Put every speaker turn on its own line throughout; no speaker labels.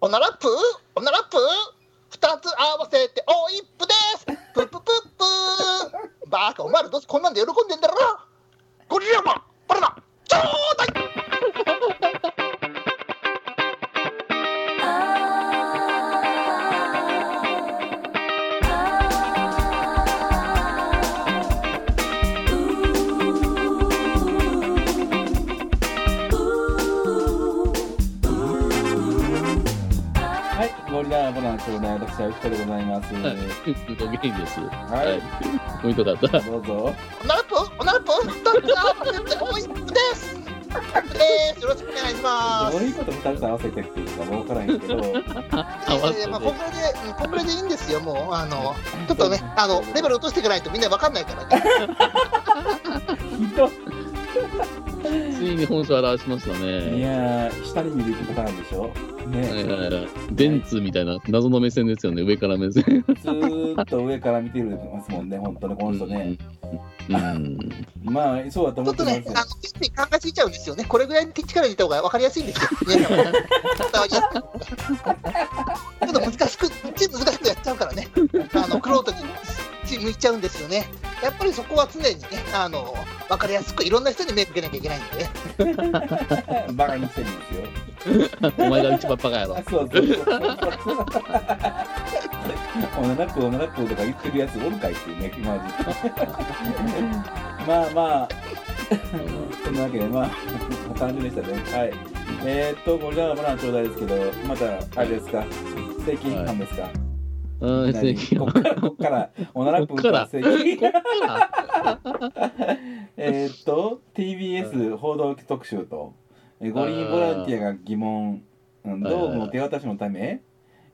おならぷおならぷ二つ合わせておいっぷですぷぷぷっぷバカお前らどうせこんなんで喜んでんだろゴリラマンバナナちょうだい
はい、ゴリラボランちょうだい、私はゆきとでございます。
はい、ご元気です。
はい、
ポイントだった。
どうぞ。
おならぷおならぷ二つ合わせておいっぷですおいっぷですよろしくお願いします
どういうこと二つ合わせてっていうか、わからんけど。
合わ
い
せ
や
て
まあ、こんぐらいで、うんこんぐらいでいいんですよ、もう、あの、ちょっとね、あの、レベル落としていかないと、みんなわかんないからね。
ひど
ついに本性を表しました
い。い
ね。
やー、下に見るパターンでしょ。
はい
ね、
はいはい。電通みたいな謎の目線ですよね、上から目線。
ずーっと上から見てるますもんね、本当にこの人ね。
うん。うん。
まあ、そうだと
ち
思
ょ
っ
ってと
ます
ね、
よ
あ。の、つい考えすぎちゃうんですよね。これぐらいの力入れた方がわかりやすいんですよ。ね、伝わりやすくちょっと難しく、ちょっと難しくやっちゃうからね。あの、クロートに向いちゃうんですよね。やっぱりそこは常にね、あの、わかりやすく、いろんな人に目向けなきゃいけないんでね。
バカにしてるんですよ。
お前が一番バカやろ
あ。そうそうそう そう。おならっぷおならっぷとか言ってるやつおるかいっていうね、今まで。 まあまあ、そんなわけで、まあ、 誕生日でしたね。はい。えー、っと、これからまだちょうだいですけど、また、あれですか、正規違反ですか、
うん、
何こっから、こっから、おならっぷ
こっから
正規
こっから
えーっと TBS 報道特集と、えー、五輪ボランティアが疑問うん
はいはい
ど
はいう
も手渡しのため、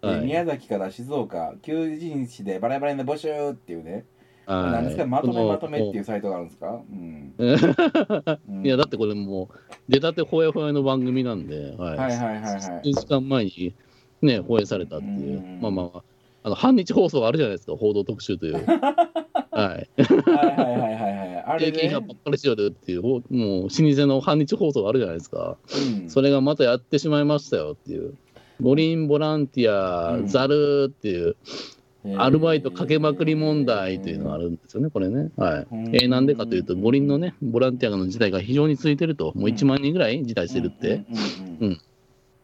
えー
はい
宮崎から静岡求人誌でバラバラの募集っていうね、
はい。
なんですかまとめまとめっていううサイトがあるんですか、うんうん
いや、だってこれもう、出たてほやほやの番組なんで、はい。
はいはいはいはい
数時間前に、ね、放映されたっていうう、
ん
まあまあまあ、あの半日放送あるじゃないですか、報道特 集という。はい。
はいはいはいはいはいあれ
定期
ね
批判ばっかりしよるっていう、もう老舗の半日放送があるじゃないですか、
うん
それがまたやってしまいましたよっていう、五輪ボランティア
う、ん
ざるっていう、
えー
アルバイトかけまくり問題というのがあるんですよね、これね。はい
うん
えーなんでかというと、五輪のね、ボランティアの事態が非常に続いてると、もう1万人ぐらい辞退してるって、
うんうんうん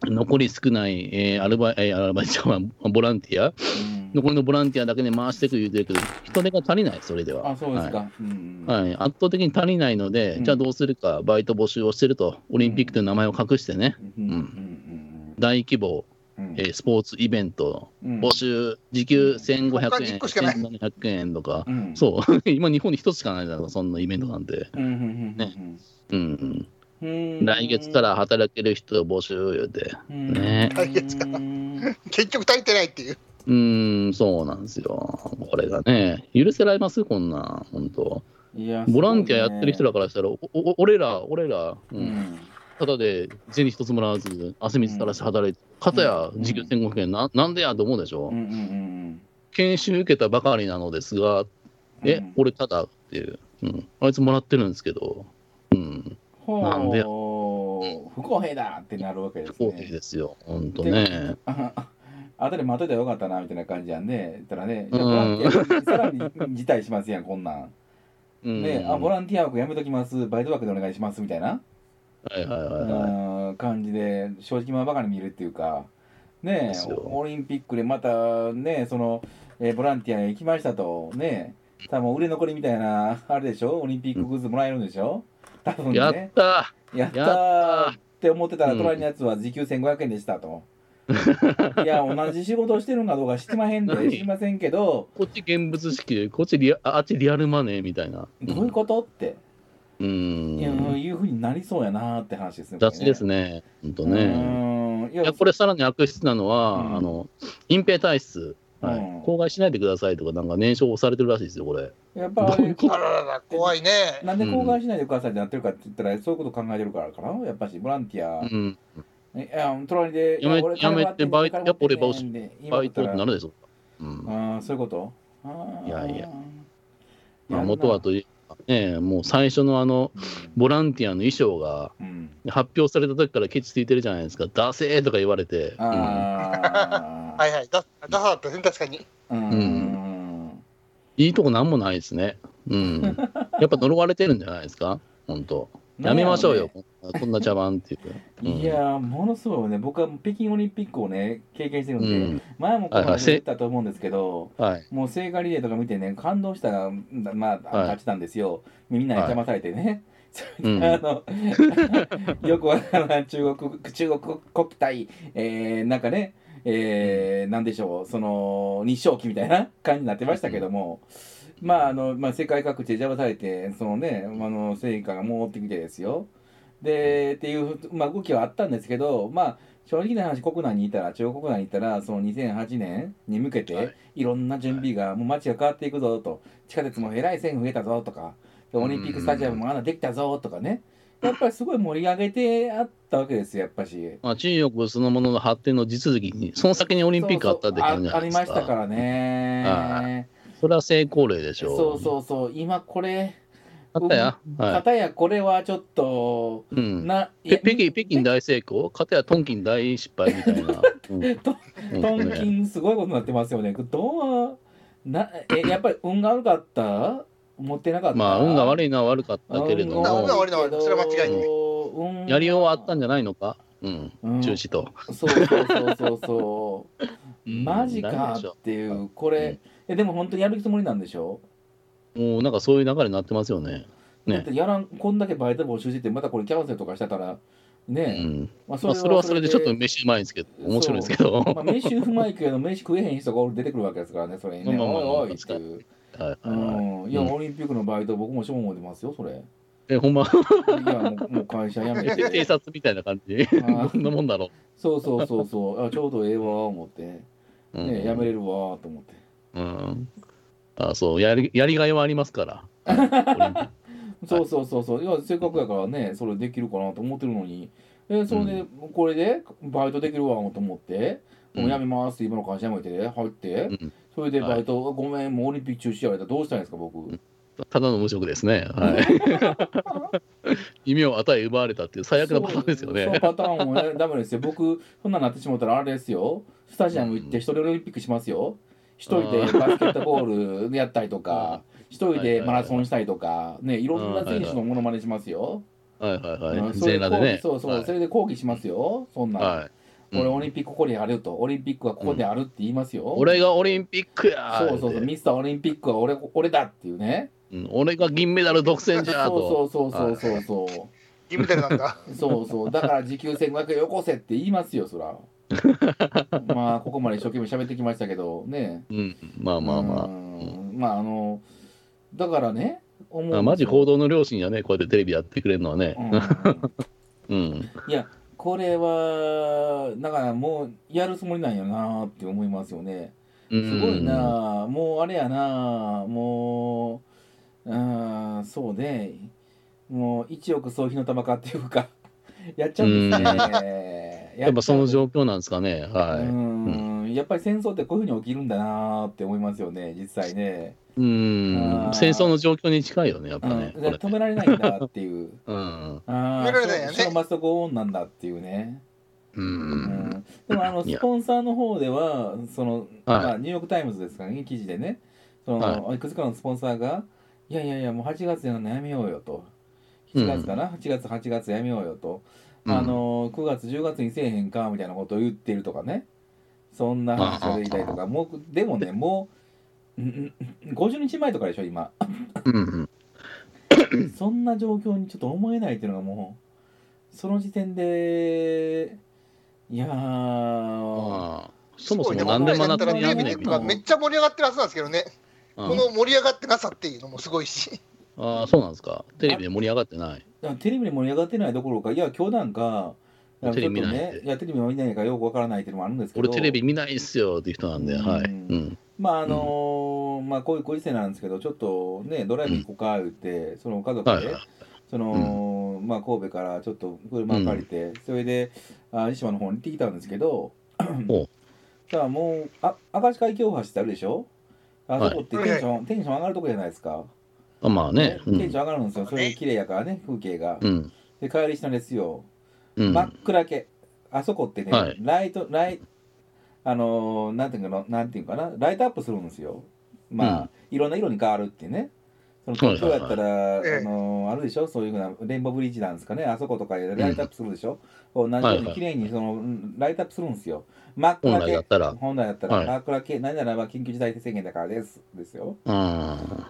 残り少ない、えーアルバイ、えーアルバイトじゃないボランティア、
うん
残りのボランティアだけで回していく言うてるけど、人手が足りない、それでは。
あそうです
はい
か、うんうん
はい、圧倒的に足りないので、
うん
じゃあどうするか、バイト募集をしてると、オリンピックという名前を隠してね、
うんうん
大規模、
うんうん
えースポーツイベント、
うん
募集、時給1500
他に
円、
一個しかない
1700円とか、
うん
そう、 今、日本に一つしかないだろ、そんなイベントなんて、
うんうんうん
ね
うん
うん
うん
うん、来月から働ける人を募集言うて、ね
来月から
うん
結局足りてないっていう。
うーん、そうなんですよ、これがね、許せられます、こんなん、本当、
いや
ボランティアやってる人ら
か
からしたら、おお俺ら、俺ら、
ら
うんただで銭一つもらわず、汗水垂らして働いて、かたや時給1500円な、なんでやと思うでしょ、研修受けたばかりなのですが、え、俺ただっていう、うん、あいつもらってるんですけど、うん、
俺
なんで
不公平だってなるわけです
不公平
ね。
ですよ、ほんとね。
あとで待っといたらよかったなみたいな感じやんで、ね、たらね、じゃあ
うん
ボランティアさらに辞退しますやん、こんなん。
うん、
ね、あボランティア枠やめときます、バイト枠でお願いしますみたいな、
はいはいはいはい。
うん感じで、正直者ばかり見るっていうか、ね
ですよ
オリンピックでまたね、その、えーボランティアに行きましたと、ね、多分売れ残りみたいな、あれでしょ、オリンピックグッズもらえるんでしょ、多分ね。
やった
やった
やった
ーって思ってたら、
うん
隣のやつは時給1500円でした と。いや、同じ仕事をしてるんかどうか知ってまへんで、
何
知りませんけど、
こっち現物支給、こっちリアああっちリアルマネーみたいな。
どういうことって、
う
い
ん
や、いうふうになりそうやなーって話ですね。
雑誌です
ね。
ね、ほんと
う
ね。
ーんい
い
や
やこれさらに悪質なのは、
うん
あの隠蔽体質、はい
うん
公害しないでくださいとか、なんか念書を押されてるらしいですよ、これ。
やっぱあ
どうい
れ
うこ
あららら、怖いね。
なんで公開しないでくださいってなってるかって言ったら、そういうこと考えてるからかな、やっぱし、ボランティア、
うん、
いや、隣で、
やめ
い俺
やめてバイト
金もらってんねん
やっぱ俺バイト
で今
バイトっ
だ
て
ったら
なるでしょうか。うん
あーそういうことあー
いやいや
るな
まあ、元はというか、ね、もう最初のあの、ボランティアの衣装が
うん。
発表された時からケチついてるじゃないですか、ダセーとか言われて、うん
ああ
は。いはい、だダサだったね、確かに。
うんうん。
いいとこなんもないですね。うん。やっぱ呪われてるんじゃないですか、本当。やめましょうよ、こんな茶番っていう。うん
いやーものすごいね、僕は北京オリンピックをね、経験してるん
う
で、
ん、
前もこの話言ったと思うんですけど、
はい、
もう聖火リレーとか見てね、感動したら、まあ、
はい
勝ちたんですよ、みんなに邪魔されてね。
うん
あの よくわからない中国中国国体、えーなんかね、えーなんでしょうその日照期みたいな感じになってましたけども、まああの、まあ、世界各地で邪魔されてそのねあの成果が戻ってきてですよでっていう、まあ、動きはあったんですけどまあ正直な話国内にいたら中国国内にいたらその2008年に向けて、
はい
い、ろんな準備が、もう街が変わっていくぞと地下鉄も偉い線増えたぞとかでオリンピックスタジアムもあんなできたぞとかねやっぱりすごい盛り上げてあったわけですよやっぱし。
まあ、中国そのものの発展の実続きに、その先にオリンピックあったって感じじゃ
そうそうああ
ないで
り
す
まし
か。
たからね。
それは成功例でしょ
そうそうそう今これ、
あったや、は
か
い
たやこれはちょっと
うん、
な
ぺ北京北京大成功、かたやトンキン大失敗みたい な。うん
トトンキンすごいことになってますよね。どうなえやっぱり運が悪かった持ってなかった
まあ、運が
い
悪いのは悪かったけれど
あ運が
も、
悪いのはそれは間違いない
い
やりようはあったんじゃないのか、うん、中止と。
そうそうそうそうそう。 マジ
うんダメ
か
でしょ
っていうこれ、えでも本当にやるつもりなんでしょ
もうなんかそういう流れになってますよね。ね
だってやらんこんだけバイト募集しててまたこれキャンセルとかしたから
う
ね、
ん
まあ
まあ、それはそれでちょっと飯うまいんですけど、面白いんですけど。
まあ、飯うまいけど飯食えへん人が俺出てくるわけですからねそれにね、
まあまあまあ
おいおいっていう、
はいはいはい
うん、いや、
うん
オリンピックのバイト僕も賞も出ますよ それい
え、ほんま、
やもうもう会社辞め
偵
て
察みたいな感じ。
あ
どんなもんだろ
そうそうそうそうあちょうどええわ思って、ね
う。うん
やめれるわと思って
うん。あそうやり、やりがいはありますから。
そうそうそうそういやせっかくやからねそれできるかなと思ってるのにえそれで、これでバイトできるわと思って、もうやめますって今の会社辞めて入って、
うん
それで
はい
バイト、ごめんもうオリンピック中止やられたらどうしたらいいんですか僕、
ただの無職ですね。 はい。夢を与え奪われたっていう最悪なパターンですよ
そうそ
ね
う。パターンもね、ダメですよ。僕、そんなんなってしまったらあれですよ。スタジアム行って一人でオリンピックしますよ。一人でバスケットボールやったりとか、一人でマラソンしたりとか、ね、いろんな選手のモノマネしますよ。
はいはい
うん
はい。
それ
全裸でね。
そうそう、それで抗議しますよ。そんなん。
はい。
俺、オリンピックここでやると、オリンピックはここであるって言いますよ。
俺がオリンピックや
そうそうそう、ミスターオリンピックは俺俺だっていうね。
うん俺が銀メダル独占
そ
じゃーと。
うそうそうそうそうそう。
銀メダルなんだ。
そうそう、だから時給1500円よこせって言いますよ、そ ら。まあ、ここまで一生懸命喋ってきましたけど、ね。
うん、まあまあまあ
う。んまあ、あの、だからね、思
あマジ報道の両親やね、こうやってテレビやってくれるのはね
う。ん
うん。
いや、これは、だからもう、やるつもりなんやなって思いますよね。すごい
あ。
なあもうあれやなあもう、うん、そうね、もう一億総費の玉かっていうか、 やっちゃうんですね。
やっぱその
状
状況なんですかね。
う
は
んやっぱり戦争ってこういうふうに起きるんだなーって思いますよね、実際ね。
い。うん
あ。ー
戦争の状況に近いよね、やっ
う
ぱ
ん、
ね。これ
止められないんだって いう。
うん。
ああ、
止められないよね
そそこなんだっていうね。
う。
うんん、でもあの
い
ス
や
ポンサーの方では、そのま
は
あ、ニューヨーク・タイムズですかね、記事でね、その
はい
くつかのスポンサーが、いやいやいや、もう8月や悩めようよと、7月かな、8月、8月やめようよと、あの9月、10月にせえへんかみたいなことを言ってるとかね、そんな話を言いたりとか、もうでもね、もう、うんうん50日前とかでしょ、 今、
うんうん。
そんな状況にちょっと思えないっていうのがもう、その時点で、いやー、
まあ そもそも何でもなく
すごいね
やんね
この前見て
んな
たらねめっちゃ盛り上がってるはずなんですけどね、
うん
この盛り上がってなさっていうのもすごいし、
ああ、そうなんですか。テレビで盛り上がってない。
だからテレビで盛り上がってないどころか、いや、今日なんか、なんかちょっと
テレビ見ない
ね
ん、で
いや、テレビも見ないからよくわからないっていうのもあるんですけど、
俺テレビ見ないっすよっていう人なんで、はい。
う
うんん。
まああのーまあこういうご時世なんですけど、ちょっとね、ドライブ行こうか言って、その家族で、
はいはい
その、まあ神戸からちょっと車借りて、それで、あ西島の方に行ってきたんですけど、
お
だからもう、あ明石海峡大橋ってあるでしょあそこってテンション、テンション上がるとこじゃないですか。
あまあね。う
テン
ん
ション上がるんですよ。それで綺麗やからね、風景が。
うん。
で、帰りしたんですよ。
うん。
真っ暗け。あそこってね、
はい
ライト、ライあのーなんていうの、なんていうかな、ライトアップするんですよ。まあ、
うん
いろんな色に変わるってね。その
はい
東
は
京
いは
や
い
ったら、
ええ
あのーあるでしょ、そういうふうな、レインボーブリッジなんですかね、あそことかでライトアップするでしょ。同じよう
はいは
に
い
綺麗にその、うんライトアップするんですよ。真っ
本
暗
来だ
け
っ。たら。
本来だったら、
はい
真っ暗け、何ならば緊急事態宣言だからです。ですよ。
うん。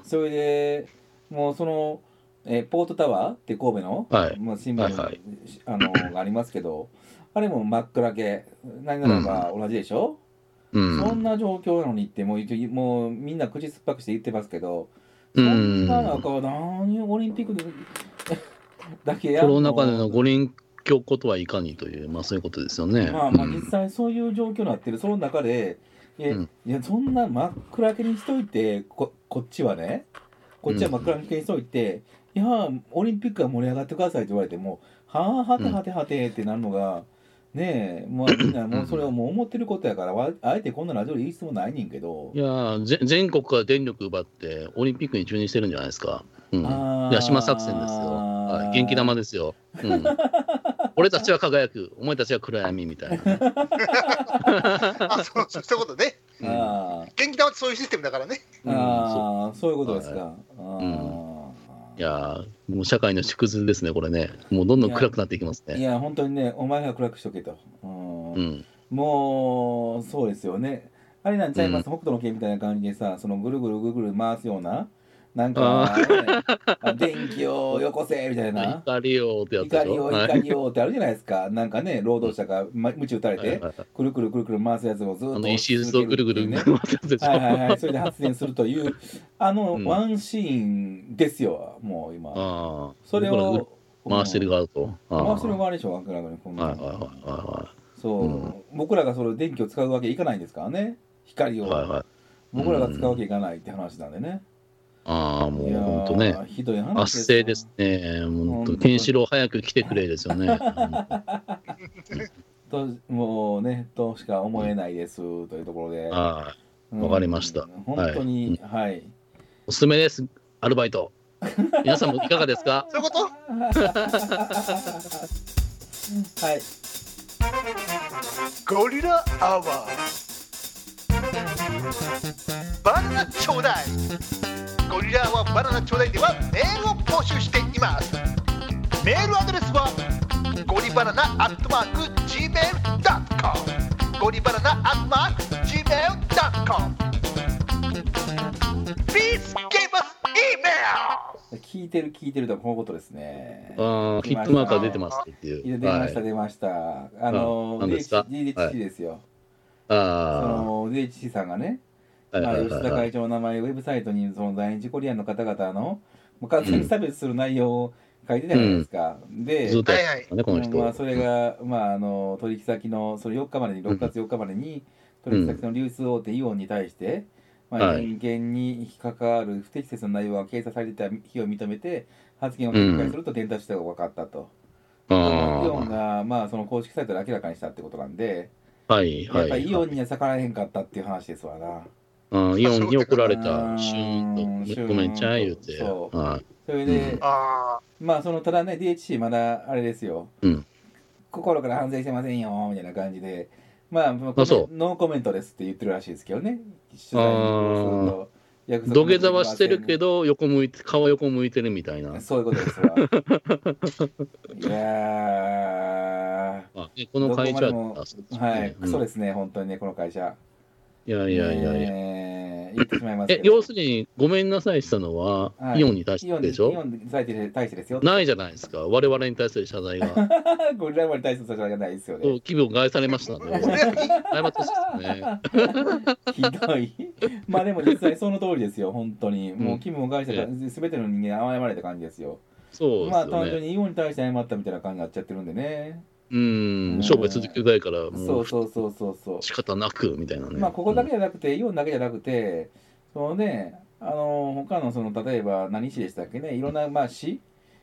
それでもうその、えーポートタワーって神戸の、
はい
もう新聞に、
はいはい
あのがありますけどあれも真っ暗系何ならば同じでしょ、
う
そん
ん。
な状況なのにってもう一応もうみんな口酸っぱくして言ってますけど、
う
そん
ん。
な中何オリンピックで だけや
コ
ん
ロナ禍での五輪強ことはいかにという、まあそういうことですよね。
まあまあ
うん
実際そういう状況になってるその中でえ、
うん
いやそんな真っ暗けにしといてここっちはねこっちは真っ暗けにしといて、いやオリンピックは盛り上がってくださいって言われてもはあはてはてはてってなるのが、ねえまあみんなもうそれをもう思ってることやからわあえてこんなラジオで言い質問ないねんけど
いやーぜ全国から電力奪って、オリンピックに注入してるんじゃないですか。うん、
あー
いや島作戦ですよ。はい、元気玉ですよ。うん、俺たちは輝く、お前たちは暗闇みたいなね、
あそうそうそういうことね。
うん
あ
元気玉ってそういうシステムだから ね。
ーあー、そういうことですか、
は
あ
いやーもう社会の縮図ですね、これね。もうどんどん暗くなっていきます
ーい
ね。
や本当にねお前が暗くしとけと、うん
うん、
もうそうですよねあれなんちゃいます、北斗の拳みたいな感じでさそのぐるぐるぐるぐる回すようななんか
あ
あれねあ電気をよこせみたいな
怒りよーってやつで
怒
し
り
ょ。
を
はい
怒りをってあるじゃないですかなんかね労働者がま鞭打たれ
はい
て
はいはい
くるくるくるくる回すやつをずっと追
あの
い
石
続
臼を
け
ぐる
るっ
ぐ
てい
る
う
ぐ
ね
る回すやつでしょ。
はいはいはいそれで発電するというあの
うん
ワンシーンですよもう今
あー
それ
僕ら
を
回してる側と。あー
回してる側でしょ明らかにこんなの
はいはいはいは
そう、僕らがその電気を使うわけいかないんですからね光
い
を、
はい。はいはい、
僕らが使うわけいかないって話なんでね、
ああ、も
いうやー
本当ね。
ひどい話
圧政ですね。本
本当
当
に
ケンシロウ早く来てくれで すよね。
ともうねとしか思えないですというところでわ、
ああ、わかりました
本当にはい、
おすすめです。アルバイト。皆さんもいかがですか。
そういうこと
はい
ゴリラアワーバナナちょうだいゴリラアワーバナナちょうだいではメールを募集していますメールアドレスはゴリバナナアットマーク Gmail.com ゴリバナナアットマーク Gmail.com Please give us email
聞いてる聞いてるとこのことですね
ああ、ヒットマーカー出てますって
い
い
や
う。
出ました、
い。
出ましたあの
何ですか
DHC,
はい
ですよ、
あ
その DHC さんがね、
あ、はい
ま
は
あ、
い
吉
はい
田
はい。
会長の名前、ウェブサイトにその在日コリアンの方々のもう完全に差別する内容を書いてたじゃないですか。で、
ずっとやってたね、この
うんまあ、
人。
それが、まあ、あの取引先のそれ4日までに6月4日までに取引先の流通大手イオンに対して、まあ、
はい
人間に関わる不適切な内容が掲載されてた日を認めて発言を撤回すると伝達したことが分かったと、イオン
あ
が、まあ、その公式サイトで明らかにしたってことなんで、
あ、はい
やっぱ
は
り
い
イ。オンには逆らえへんかったっていう話ですわな。
うんイオンに怒られ
う
た。
ん
シューンと、ごめんちゃい言うて。
そう
はい
それで、
うん
あ
まあそのただね DHC まだあれですよ、
うん
心から反省してませんよみたいな感じでまあも
あそう
ノーコメントですって言ってるらしいですけどね取材に応すると約束
土下座はしてるけ
ど
ど、横向いて、顔横向いてるみたいな。
そういうことです わいや
あねこの会社
どこまでも
あそうです
ー
ね
はい、
うん
そうですね本当にねこの会社
いやいやいやいや。
えー言ってしまいますけ
え
ど
要するに、ごめんなさいしたのは、
はい
イオンに対し
イオ
て
ンに
でしょ
イオンに対して対してですよ
ないじゃないですか、我々に対する謝罪が。
ゴリラマに対してそれがないですよね
そう気分を害されましたので、
ー俺らに
謝ってほしいですね。
ひど い。まあでも実際その通りですよ、本当に。もうキムを返した
う
すべての人間に謝れた感じですよ。
そう
まあ
で
単
すよ
純
ね。
にイオンに対して謝ったみたいな感じになっちゃってるんでね。
うん、商売続けたいから、
そ
もう
うそうそうそうそう。
仕方なくみたいなね。
まあここだけじゃなくて、イオンだけじゃなくて、そのね、あの他のその例えば何市でしたっけね、いろんなまあ市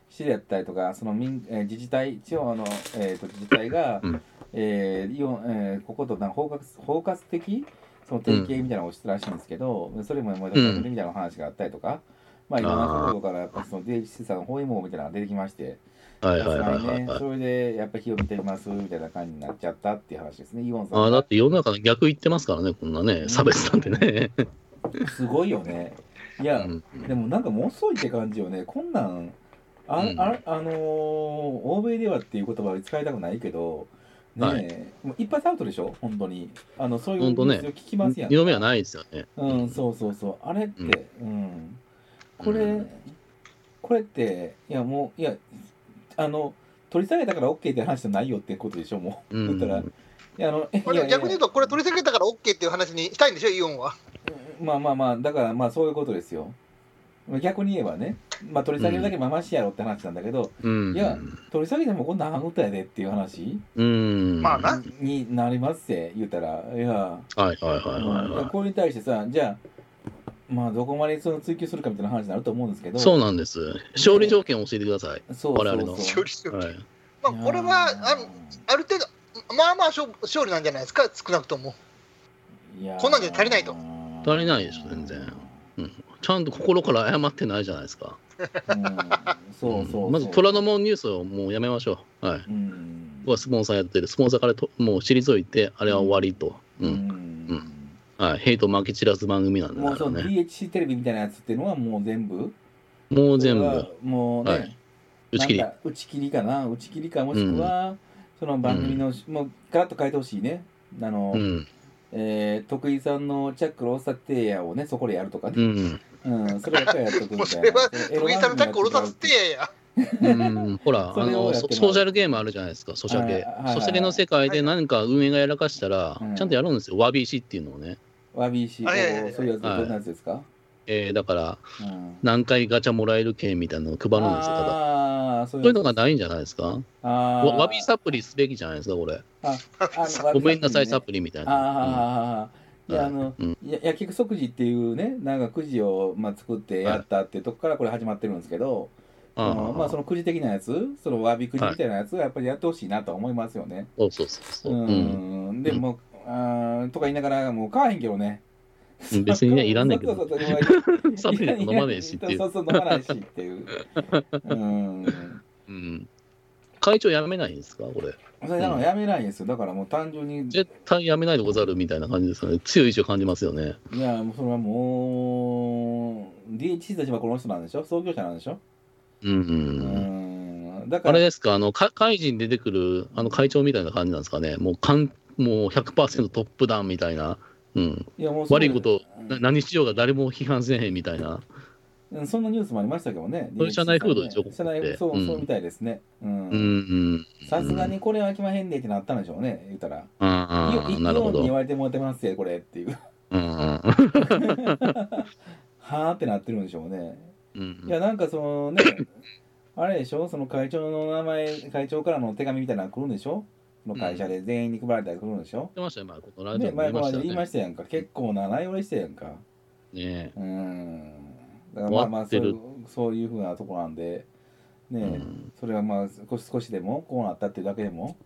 市であったりとか、その民、えー自治体地方のえーと自治体が、
うん
えーイオンえーこことなんか包括包括的その提携みたいなのをしてたらしいんですけど、それももうやめるみたいな話があったりとか。まあ、いろんなところから、やっぱその税理士さん、包囲網みたいなのが出てきまして、
はいはいはい
さすが
はい
にね、
はい。
それで、やっぱ火を見てますみたいな感じになっちゃったっていう話ですね、イオンさん
あ
が。
あだって世の中の逆言ってますからね、こんなね、差別なんてね。
すごいよね。いうや、
ん、
でもなんかもう遅いって感じよね。こんなん、あ、
うん
あ、あのー欧米ではっていう言葉は使いたくないけど、ねえ、、
はい
もういっぱいアウトでしょ本当に。あの、そういう
本当ね
ニュースを聞きますやん。
二度目はないですよね。
うん、そうそうそう。あれって、うん。これ、
うん
これって、いやもう、いや、あの、取り下げたから OK って話じゃないよってことでしょ、も
う
う。だったら、い
ん。
や、あの、い
まあで
や
も
い
逆に言
や
うと、これ取り下げたから OK っていう話にしたいんでしょ、イオンは。
まあまあまあ、だからまあそういうことですよ。逆に言えばね、まあ取り下げるだけまましやろって話なんだけど、
うん。
いや取り下げてもこんなんあかんことやでっていう話
うん。
まあな。
になりますって言うたら、いや、
はいはいはいはい
うん
は
これに対してさ、じゃあ、まあどこまでその追求するかみたいな話になると思うんですけど、
い。そうなんです。勝利条件を教えてください。
そう
我々
そ
の
う
勝
そう。
利しよう
はい。
まあ、これはあるある程度、まあまあ勝負勝利なんじゃないですか、少なくとも。
いやー
こんなんじゃ足りないと。
足りないでしょ全然ちゃんと心から謝ってないじゃないですか。
うんそうそうそう。
まず虎ノ門ニュースをもうやめましょう。はい。
うん。
僕はスポンサーやってる。スポンサーからともう退いて、あれは終わりと。
う
うん。
ん
はい。ヘイト負け散らす番組なんだ
もうそ
か
の
らね。
DHC テレビみたいなやつっていうのはもう全部
もう全
それは
部、
もうね、
はい打ち切り
なん。か打ち切りかな打ち切りかもしくは、その番組の、もうガラッと変えてほしいねあの、
うん。
えー徳井さんのチャックローサテイヤをねそこでやるとか
う
ね、
ん。
うんそればっかりやっとくみ
もう
た
そ
い
れ
な
は、徳井さんのタックを下ろさせてやや。
うんほら、
そ
あ
れをや
の
っ
ソ
てもらう
ソーシャルゲームあるじゃないですか、ソシャ
はい
ゲ
はいはいは。い
ソシャゲの世界で何か運営がやらかしたら
うん、
ちゃんとやるんですよ、わびしっていうのをね。
わびし
あいやいやいや
そういうやつど
は
ん
い
なやつですか、
えーだから、
うん
何回ガチャもらえる券みたいなのを配るんですよ、ただ。
ああそう
そ
いう
いうのがないんじゃないですかわ
あ
わび
サ
サプリすべきじゃないですか、これ。
あ
ごめんなさい、サ
あ
プリみたいな。
あー、いやあの、
うん
や薬局即時っていうねなんかくじを、まあ、作ってやったっていうとこからこれ始まってるんですけど、
うん
そのまあそ
そ
のくじ的なやつ、そのわびくじみたいなやつはやっぱりやってほしいなとは思いますよね。
うそうそうそう。
う
うん
ん、でも、あーとか言いながら、もう買わへんけどね。
別 にねいらんねんけど
そう そうそう そう
サプリなんか飲まねえしっていう
そうそう、飲まないしっていう。うん。
うん会長やめないんですか、これ。
それなのやめないんですよ。だからもう単純に、
絶対やめないでござるみたいな感じですよね。強い意志を感じますよね。
いや、もうそれはもう、DHC たちはこの人なんでしょ創業者なんでしょ
うん
う
うん。
ん。だか
あれ
ら、
ですか、あの、か怪人に出てくる、あの、会長みたいな感じなんですかね。もう、かん、もう100%トップダウンみたいな。うん。
いやもうそう
悪いこと、な何しようが誰も批判せえへんみたい
う
な。
んそんなニュースもありましたけどね。
そういう社内風土でしょ
DHC さんね
ここって
社内、そう、
うん
そうみたいですね。うん
うん、うん。
さすがにこれは来まへんでってなったんでしょうね、言うたら。
あ
い
あ、
い
なる
よ
ほ
うに言
ど。
われてもらってますよ、これっていう。
うんうん。
はあってなってるんでしょうね。
う
い
ん
や、なんかそのね、あれでしょ、その会長の名前、会長からの手紙みたいなの来るんでしょその会社で全員に配られたり来るんでしょ、
言ってましたよ、前、このラジ
ね、
オでも
前
言い
ま
ま
で
したよ
言いま
ね。
したやんか。結構な内容でしたやんか。
ね
うーん。だからまあまあそういう
終、
そういうふうなとこなんで、ね、
うん
それはまあ少し少しでもこうなったっていうだけでも、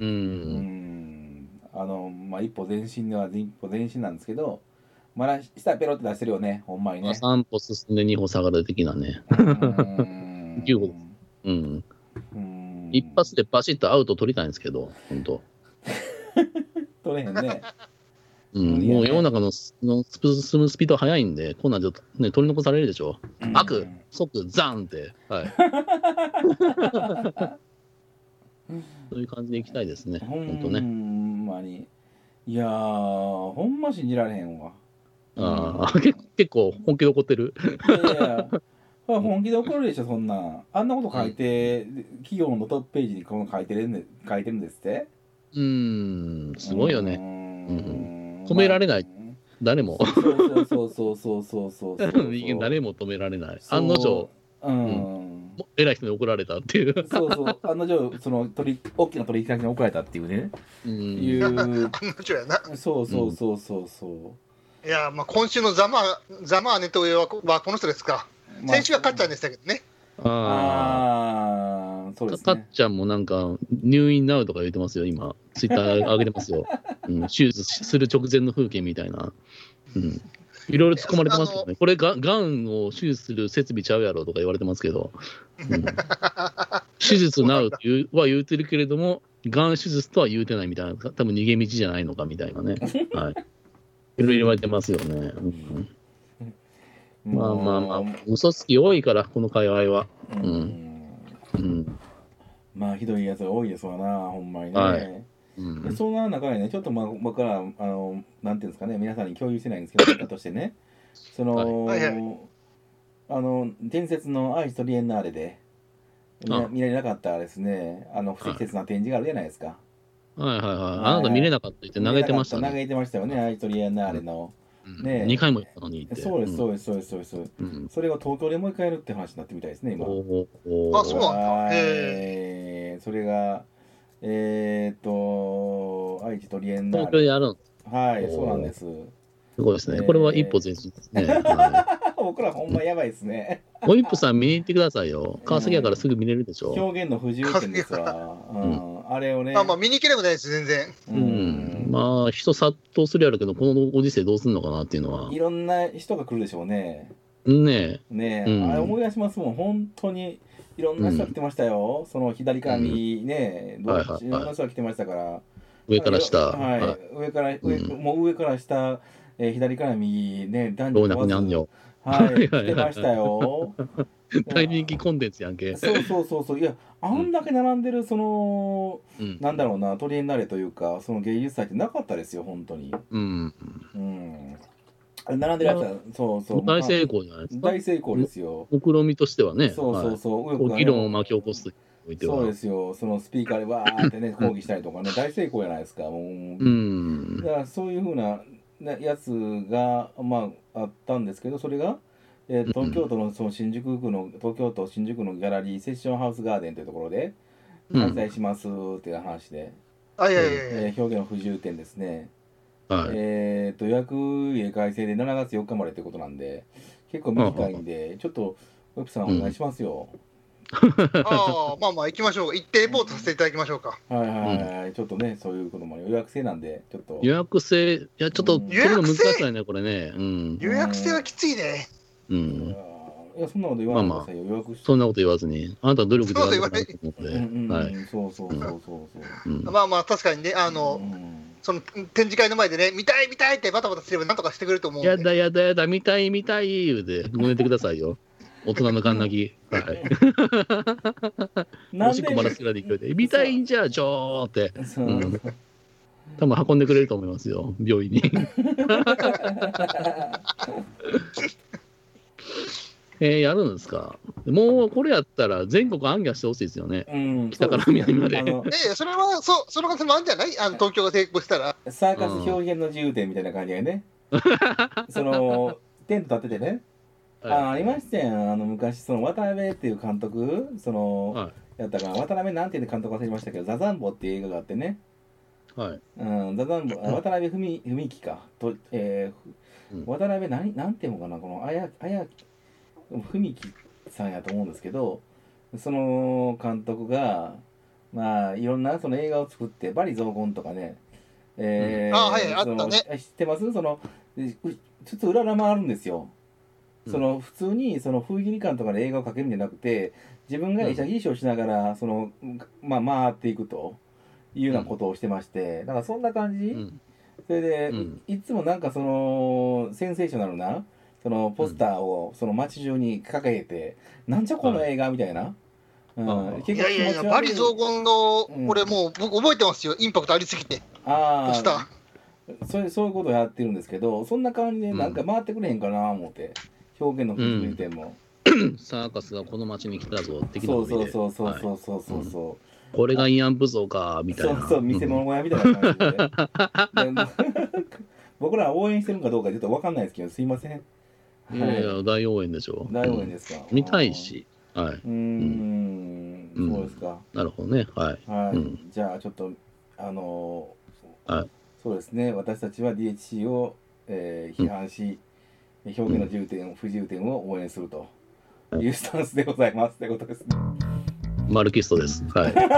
う。
うんんあの、まあ、一歩前進では一歩前進なんですけど、まだ下ペロって出してるよね、ほんまに
まあ、
ね。
3歩進んで2歩下がる的なね。
うん
牛歩うん。
うん
一発でバシッとアウト取りたいんですけど、本当。
取れへんね。
うん、もう世の中のスのスプ進むスピードは速いんで、こんなんちょっとね、取り残されるでしょ。 悪、即、ザンって、 はい。そういう感じでいきたいですね、
ほ
本当
ん
ね。
まに。いやー、ほんま信じられへん わ。
あ あ、結結構本気で怒ってる。
いやいや、これ本気で怒るでしょ、そんなん。あんなこと書いて、企業のトップページにこの書いてるんで書いてるんですって。
うーん、すごいよね、
ね
止められない。誰も。
そうそうそうそうそうそうそうそう。
人間誰も止められない。
そう
案の定、。
うん。
も偉い人に怒られたっていう。
そうそう。案の定、その取り、大きな取り引き先に怒られたっていうね。
う
い
ん、
う。
案の定やな。
そうそうそうそうそう。
いや、まあ、今週のザマー、ザマーネトウェはこはこの人ですか。
まあ
先週は勝っちゃんでしたけどね。
ああ。
ああ、そうです
かっ
ね。
ちゃんもなんか、入院なうとか言ってますよ、今。 ツイッター上げてますよ。うん、手術する直前の風景みたいな。うん、いろいろ突っ込まれてますけどね、これが、がんを手術する設備ちゃうやろとか言われてますけど、うん手術なるって言うは言うてるけれども、がん手術とは言うてないみたいな、多分逃げ道じゃないのかみたいなね、はい、いろいろ言われてますよね。うんまあまあまあ、嘘つき多いから、この界隈は。
あ、うん
うん
まあひどいやつが多いですわなほんまにね、
はいうん
でそんな中でねちょっとまあ僕からあのなんていうんですかね皆さんに共有してないんですけどだとしてねその、
はいはいは
あの伝説のアイストリエンナーレで見
あ
な見られなかったですねあの不適切な展示があるじゃないですか、
はいはいはい。あなた見れなかったって投げてました
投
ね。
げてましたよねアイストリエンナーレの、
うん
ねえ
二回も行ったのにって。
そうですそうですそうですそうです、
うん。うん
それが東京でもう一回やるって話になってみたいですね今
おーおー
あそうなんだ
はい
へ
それがえー、っと愛知トリエンナ
東
ー
京で
レ
やるの
はい
おー
そうなんです
すごいです
え
ね。
ー
これは一歩前 進ですね。はい
僕らほんまやばいですね。
ホイップさん見に行ってくださいよ。川崎やからすぐ見れるでしょ。
表現の不自由点ですわ。うん、あれをね。
まあまあ、見に行けなくないです、全然。
う
う
ん、
んまあ人殺到するやろうけど、このご時世どうすんのかなっていうのは。
いろんな人が来るでしょうね。
ね
ね
うん
あれ思い出しますもん。本当にいろんな人が来てましたよ。その左側にね、ど
は
っ
いはいはい
ちいろんな人が来てましたから。
上から下。
はい。
はい
上から、上
うん
もう上から下、えー左から右、ね、男
老
女
若
問わ
男
ず
女。
はい、来てましたよ。
大人気コンテンツやんけ。
そうそうそうそう。いや、あんだけ並んでる、その、
うん。
なんだろうな、取りになれというか、その芸術祭ってなかったですよ、本当に。
うん。
うん。あれ並んでるやつは、そうそう。
大成
功。
功じゃないですか。
大成功ですよ。
目論見としてはね。
そうそうそう。
はい
右翼
こ
がね
う議論を巻き起こすとおいては。
そうですよ。そのスピーカーでわーってね、抗議したりとかね、大成功じゃないですか。も
う
う、だ
ん。
からそういうふうなねやつが、まあ、あったんですけど、それが、えー東京都のその新宿区の、東京都新宿のギャラリー、セッションハウスガーデンというところで、
うん
開催しますっていう話で、
あ、いやいやいやい
え
や。
ー表現の不自由点ですね。
はい。
えー、と予約入れ改正で7月4日までってことなんで、結構短いんで、ちょっと、ウェブさんお願いしますよ。
ああ、まあまあ、行きましょう。行ってレポートさせていただきましょうか。
はいはいはい、ちょっとね、そういうことも予約制なんで、ちょっと。
予約制、いや、ちょっ
う
と、
ん
これの難しさやね、これね。うん。
予約制はきついね。
う
いや
ん。
いや、そんなこと言わないでくださいよ、予約し
そんなこと言わずに、あなたは努力でやらなきゃいと思
うんうんうん
はい。
そうそうそうそうそう。
うん
まあまあ、確かにね、あの
う、ん
その展示会の前でね、見たい見たいってバタバタすればなんとかしてくれると思うんで。
やだやだやだ、見たい見たい言うて、ごめんてくださいよ。 大人のカンナギ。はい。
な
お
ん
しっ
で
こばらすぐらいで勢いで、見たいんじゃ、ちょーって。
そう
うん多分運んでくれると思いますよ、病院に。 えー、やるんですかもうこれやったら全国暗記してほしいですよね。
うん、
北から南まで
あの
ええ、それは、そう、その可能性もあるんじゃないあの、東京が成功したら。
サーカス表現の自由点みたいな感じでね、その、テント立ててね、あありましたよあの昔その渡辺っていう監督その、
は
やったから渡辺なんていう監督忘れましたけど「ザザンボ」っていう映画があってね、
はい。
うん、ザザ ンボあ渡辺文文樹かと、えー
うん
渡辺何なんていうのかなこのあやあや文樹さんやと思うんですけどその監督がまあいろんなその映画を作って「バリ雑言」とかね、えー
あはいあったね
そのえ知ってますそのうちょっと裏もあるんですよ
うん
その普通にその封切り感とかで映画を描けるんじゃなくて自分が医者技師をしながらその、まあ、回っていくというようなことをしてまして、なんかそんな感じ、
うん
それで、
うん
いいつもなんかそのセンセーショナルなそのポスターをその街中に掲げて、なんじゃこの映画みたいな、うん
ああ
いやいやいや、
悪
バリ雑言の
うん、
これもう僕覚えてますよ。インパクトありすぎて。
あ
ポ
あ
スタ
そういうそういうことをやってるんですけどそんな感じでなんか回ってくれへんかな思って、表現の不自由点も、
サーカスがこの町に来たぞ、的な
そ
ノ
う
リ
そう
で。
そうそう
はい
そうそうそうそう、
これが慰安婦像か、みたい
そ
な。
うそう、見せ物小屋みたいな感じで。 でも僕ら応援してるんかどうかちょっとわかんないですけど、すいません。はい
うんいやいや、大応援でしょ。
大応援ですか。
うん見たい。し。はい。
うーん、
うん
そうですか。
なるほどね。はい。
はい、
うん
じゃあちょっと、あのー
はい
そうですね、私たちは DHC を、えー批判し、表現の重点、不自由点を応援するというスタンスでございますということですね。
マルキストです。はい。
はい。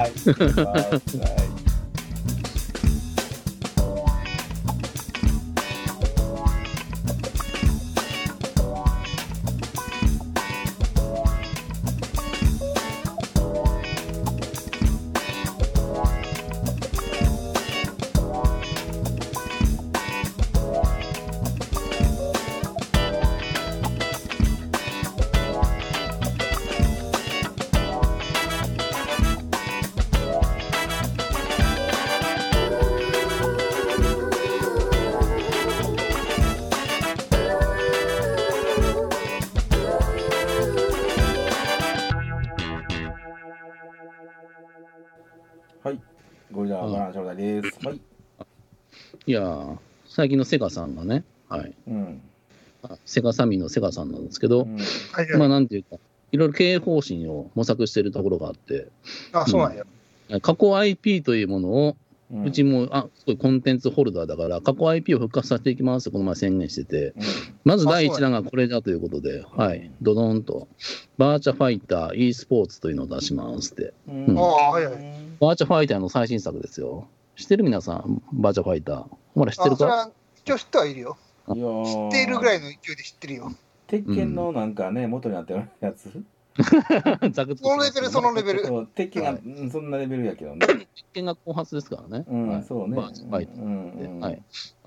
はいはいナー状態です。はい。
いやー、最近のセガさんがね、はい、
うん。
セガサミーのセガさんなんですけ
う
ど、
ん
はい
ま
は
あ
い。
なんていうか、いろいろ経営方針を模索しているところがあって、
あ、そうなんや。
過去 IP というものを、
うん
うちも、あ、すごいコンテンツホルダーだから、過去 IP を復活させていきますとこの前宣言してて、まず第一弾がこれだということで、
あ
はい、ドドンと、バーチャファイター e スポーツというのを出しますって。
うん
うん
ああはいはい
バーチャファイターの最新作ですよ。知ってる皆さん、バーチャファイター。ほら、知って
あ、
る
それ
か
は一応知ってはいるよ。
いや
知
ー
っているぐらいの勢いで知ってるよ。
鉄拳のなんかね、元になってるやつ。
ザクッと
そのレベル、そのレベル。
そう鉄拳が、
はい
うんそんなレベルやけどね。
実験が後発ですからね。
うん、
はい
そうね。
バーチャファイタ
う
ーで、
ん、
はい。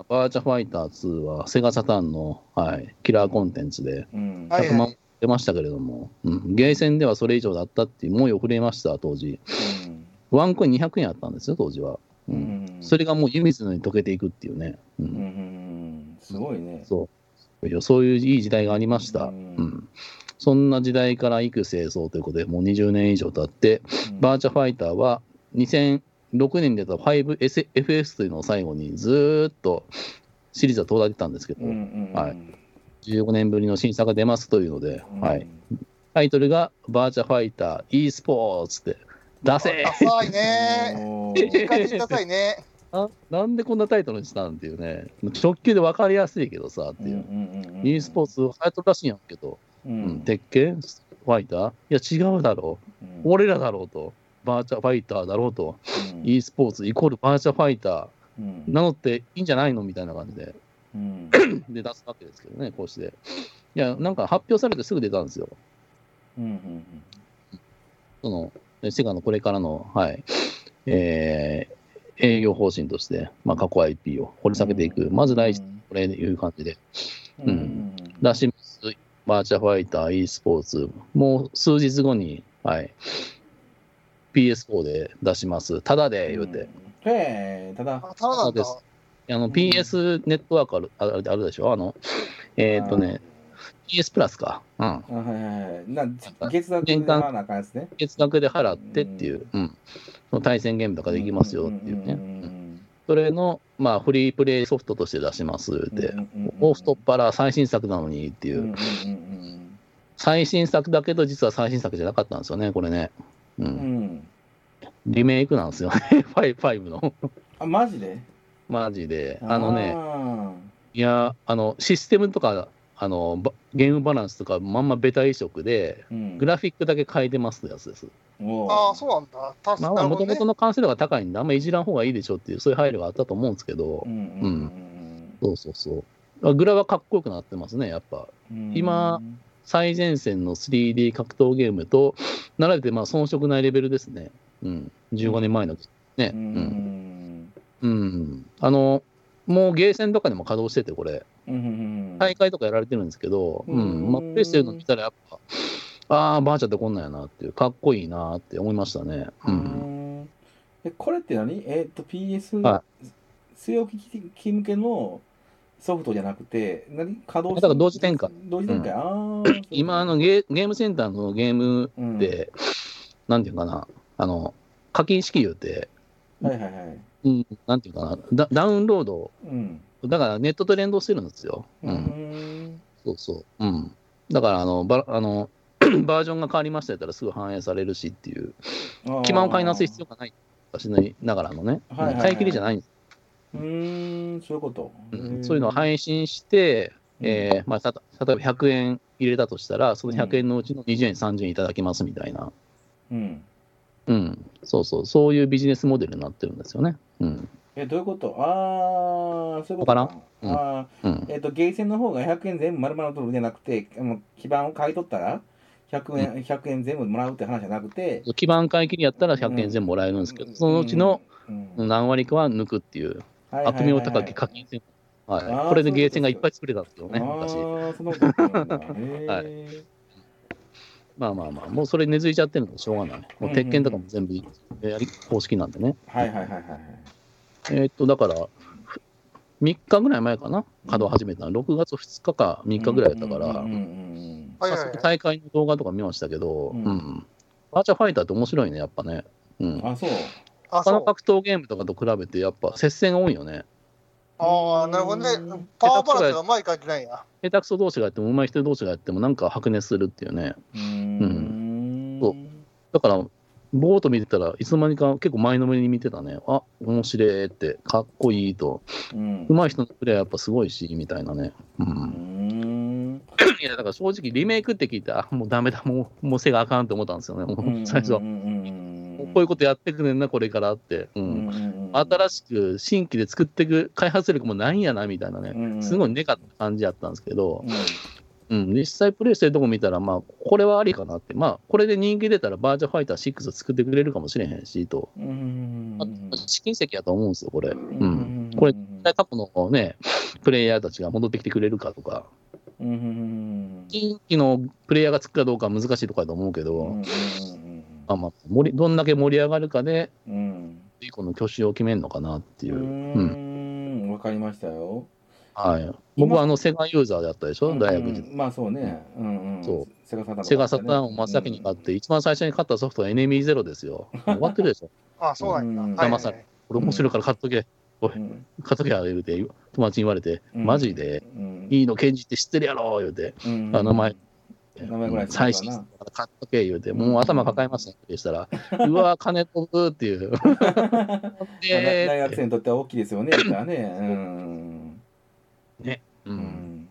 バーチャファイター2はセガサターンの、はい、キラーコンテンツで
うん。
はい
100万出ましたけれども、うん、ゲーセンではそれ以上だったっていう思いを触れました、当時。ワンコイン200円あったんですよ、当時は。
う
うん
ん。
それがもう湯水のように溶けていくっていうね。う
うん
ん、
うん。すごいね。
そう。そういういい時代がありました。
う
うんん。そんな時代から幾清掃ということで、もう20年以上経って、バーチャファイターは2006年に出た 5FS というのを最後にずーっとシリーズは途絶えてたんですけど、
うんうんうん。
はい15年ぶりの新作が出ますというので、
うん
はい、。タイトルがバーチャファイター e スポーツって出せ
ダサいね。
お
い
ー
い感じにダサいね。
ななんでこんなタイトルにしたんっていうね、直球で分かりやすいけどさっていう。e スポーツ流行ってるらしいんやけど、
う
うんん、鉄拳ファイターいや違うだろう
うん
俺らだろうとバーチャファイターだろうと、
うん
e スポーツイコールバーチャファイタ
うん
ーなのっていいんじゃないのみたいな感じで
うん
で出すわけですけどねこうしていやなんか発表されてすぐ出たんですよ
うんうん
そのえセガのこれからのはいえー営業方針として、まあ、過去 IP を掘り下げていく、まず第一これいう感じで
うん
うん出します。バーチャファイター e スポーツ。もう数日後に、はい。PS4 で出します。ただで、言うて。い
うんへえただ
あ、ただなんだ。
そうやあ
う
の
ん
PS ネットワークあるあるあるでしょあの、えーっ、とね、PS プラスか。うん。
あはいはいはいな月額で
年間
払わなあかんやつね
月額で払ってっていう、うん。その対戦ゲームとかできますよっていうね。うんそれの、まあ、フリープレイソフトとして出しますって。もう太っ腹最新作なのにって
て
いう、
うん
最新作だけど実は最新作じゃなかったんですよね、これね。
う
う
んんう。んうん
リメイクなんですよね、 ファイファイブの。
あマジで
マジで。あのね、
あ
いや、あの、システムとか、あの、ばゲームバランスとか、まんまベタ移植で、
ーうん
グラフィックだけ変えてますってやつです。
おー
ああ、そうなんだ。た
まあ、
なる
も
ほ
と
ど
も
ね
と。の完成度が高いんで、あんまいじらん方がいいでしょっていう、そういう配慮があったと思うんですけど
う、んうん
そうそうそう。あグラはかっこよくなってますね、やっぱ。
うん
今最前線の 3D 格闘ゲームと、並べて、まあ、遜色ないレベルですね。うん。15年前の、ね。
う
うん
ん
うん、あの、もうゲーセンとかでも稼働してて、これ、
うんうん
大会とかやられてるんですけど、
う
うんん、まあ、プレイしてるの見たら、やっぱ、ああ、バーチャってこんなんやなっていう、かっこいいなって思いましたね。う。
う
うんんえこれって何えっ、と PS
は
据え置き機向けのソフトじゃなくて何稼働
だから同時展開
同時展開、ああ
今、あのゲー、ゲームセンターのゲーム
うん
で、なんていうかな、あの、課金支給って、
はいはいはい
うん、なんていうかなダ、ダウンロード、
うん
だからネットと連動してるんですよ。
う
うんん。そうそう。うん。だから、あの、ばあの バージョンが変わりましたやったらすぐ反映されるしっていう。基盤を買い直す必要がない。私のながらのね、
はいはいはい
買い切りじゃないんです、
要うーんそういうこと、
うんそういうのを配信して、えーまあ、た例えば100円入れたとしたら、その100円のうちの20円、30円いただきますみたいな、
うんうん
うん、そうそう、そういうビジネスモデルになってるんですよね。うん
えどういうことああそういうこと
わからんうん
あ
うん
ーえっ、とゲーセンの方が100円全部丸々取るんじゃなくてあの基盤を買い取ったら100円,、100円全部もらうって話じゃなくて、
基盤買い切りやったら100円全部もらえるんですけど、そのうちの何割かは抜くっていう、悪名高き課金制度、はい
あー
これでゲーセンがいっぱい作れたんですよ
ね、
ね、昔。
ああ、そのことなんだ。
はい
へー
まあまあまあ、もうそれ根付いちゃってるのでしょうがない。もう鉄拳とかも全部やり公式なんでね。
はいはいはいはいはい。
えーっと、だから、3日ぐらい前かな、稼働始めたの、6月2日か3日ぐらいだったから、
うんうん
はい
早
はい
速大会の動画とか見ましたけど、
う
うんんバーチャファイターって面白いね、やっぱね。う
うん
ん
うん、あ、そう。
あ、
他
そ
の
う。
格闘ゲームとかと比べて、やっぱ接戦が多いよね。
ああ、なるほどね。パワーバランスがうまい感じなんや。
下手くそ同士がやっても、上手い人同士がやっても、なんか白熱するっていうね。
うーん
そうだから、ボート見てたらいつの間にか結構前のめりに見てたね。あ、面白いって、かっこいいと。
うん
上手い人のプレイはやっぱすごいし、みたいなね。う。
うんん
いや、だから正直リメイクって聞いて、あ、もうダメだ、もう、もう背があかんって思ったんですよね。もう 最初は。
うんうん
もうこういうことやってくねんな、これからって。う。
うんんうんうん
新しく、新規で作っていく開発力もないんやな、みたいなね。
うん
すごいネカった感じやったんですけど、うん、実際プレイしてるとこ見たら、まあ、これはありかなって、まあ、これで人気出たら、バーチャファイター6を作ってくれるかもしれへんし、と。
うんうん
あと試金石やと思うんですよ、これ。う。
うんん
これ実際過去のね、プレイヤーたちが戻ってきてくれるかとか、
うんうんうん
新規のプレイヤーがつくかどうかは難しいところだと思うけど、
うんうん
まあまあ盛り、どんだけ盛り上がるかで、
うん
以降の挙手を決めるのかなっていう。
う
うん。
んわかりましたよ
はい。
今
僕はあの、セガユーザーだったでしょ、大学時代。
うんまあそうねうんうん
そう
セガサターンも
セガサターンを真っ先に買って、一番最初に買ったソフトはエネミーゼロですよ。終わってるで しょ。
あ、そうなんや。
うん
はいはいはい
騙され俺面白いから買っとけ、
うん
買っとけあれ言うて、友達に言われて、
うん
マジで、
うん
いいの、ケンジって知ってるやろ、言うて、
うん
あ名前
名前ぐらい知ってるわな
最新作だから買っとけ、言うて、もう頭抱えますねってし たら、うわ、金飛ぶっていう。
まあ大大
で
学生にとっては大きいですよね。だからね。うん。
う
うんん。